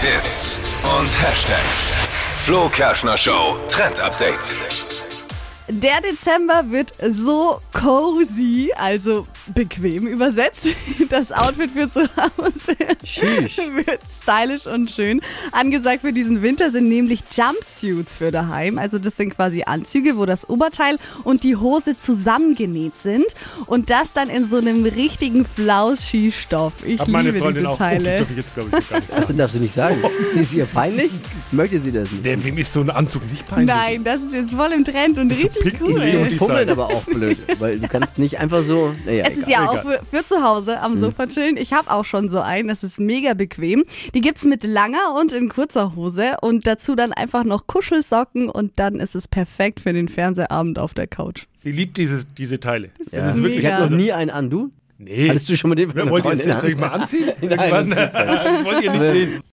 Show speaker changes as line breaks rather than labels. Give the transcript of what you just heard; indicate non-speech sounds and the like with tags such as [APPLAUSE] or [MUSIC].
Hits und Hashtags. Flo Kerschner Show Trend Update.
Der Dezember wird so cozy, also bequem übersetzt. [LAUGHS] Das Outfit für zu
[LAUGHS]
Hause
Sheesh.
[LAUGHS] wird stylisch und schön. Angesagt für diesen Winter sind nämlich Jumpsuits für daheim. Also das sind quasi Anzüge, wo das Oberteil und die Hose zusammengenäht sind. Und das dann in so einem richtigen Flausch-Ski-Stoff. Ich
Hab meine
liebe
Freundin
diese
auch. Oh, das
Teile.
darf ich jetzt, glaube ich, gar nicht. sagen.
Das darf sie nicht sagen. Sie ist ihr peinlich? Möchte sie das
[LAUGHS]
nicht?
Der, wem ist so ein Anzug nicht peinlich?
Nein, das ist jetzt voll im Trend und richtig
pink
cool.
ist
Ist
sie
so
und die
Fummeln
Seite.
aber auch blöd, weil du kannst nicht einfach so. Naja,
Es ist
egal.
ja
egal.
auch für, für zu Hause am Sofa chillen. Ich habe auch schon so einen, das ist mega bequem. Die gibt's mit langer und in kurzer Hose und dazu dann einfach noch Kuschelsocken und dann ist es perfekt für den Fernsehabend auf der Couch.
Sie liebt dieses, diese Teile. Das
Ja.
ist wirklich
ich hatte noch
also-
nie einen an, du?
Nee.
Hattest du schon mit dem
Wer wollte jetzt, soll ich mal anziehen?
[LAUGHS] Nein, das
Irgendwann? [LAUGHS]
geht's nicht.
das wollt ihr nicht sehen.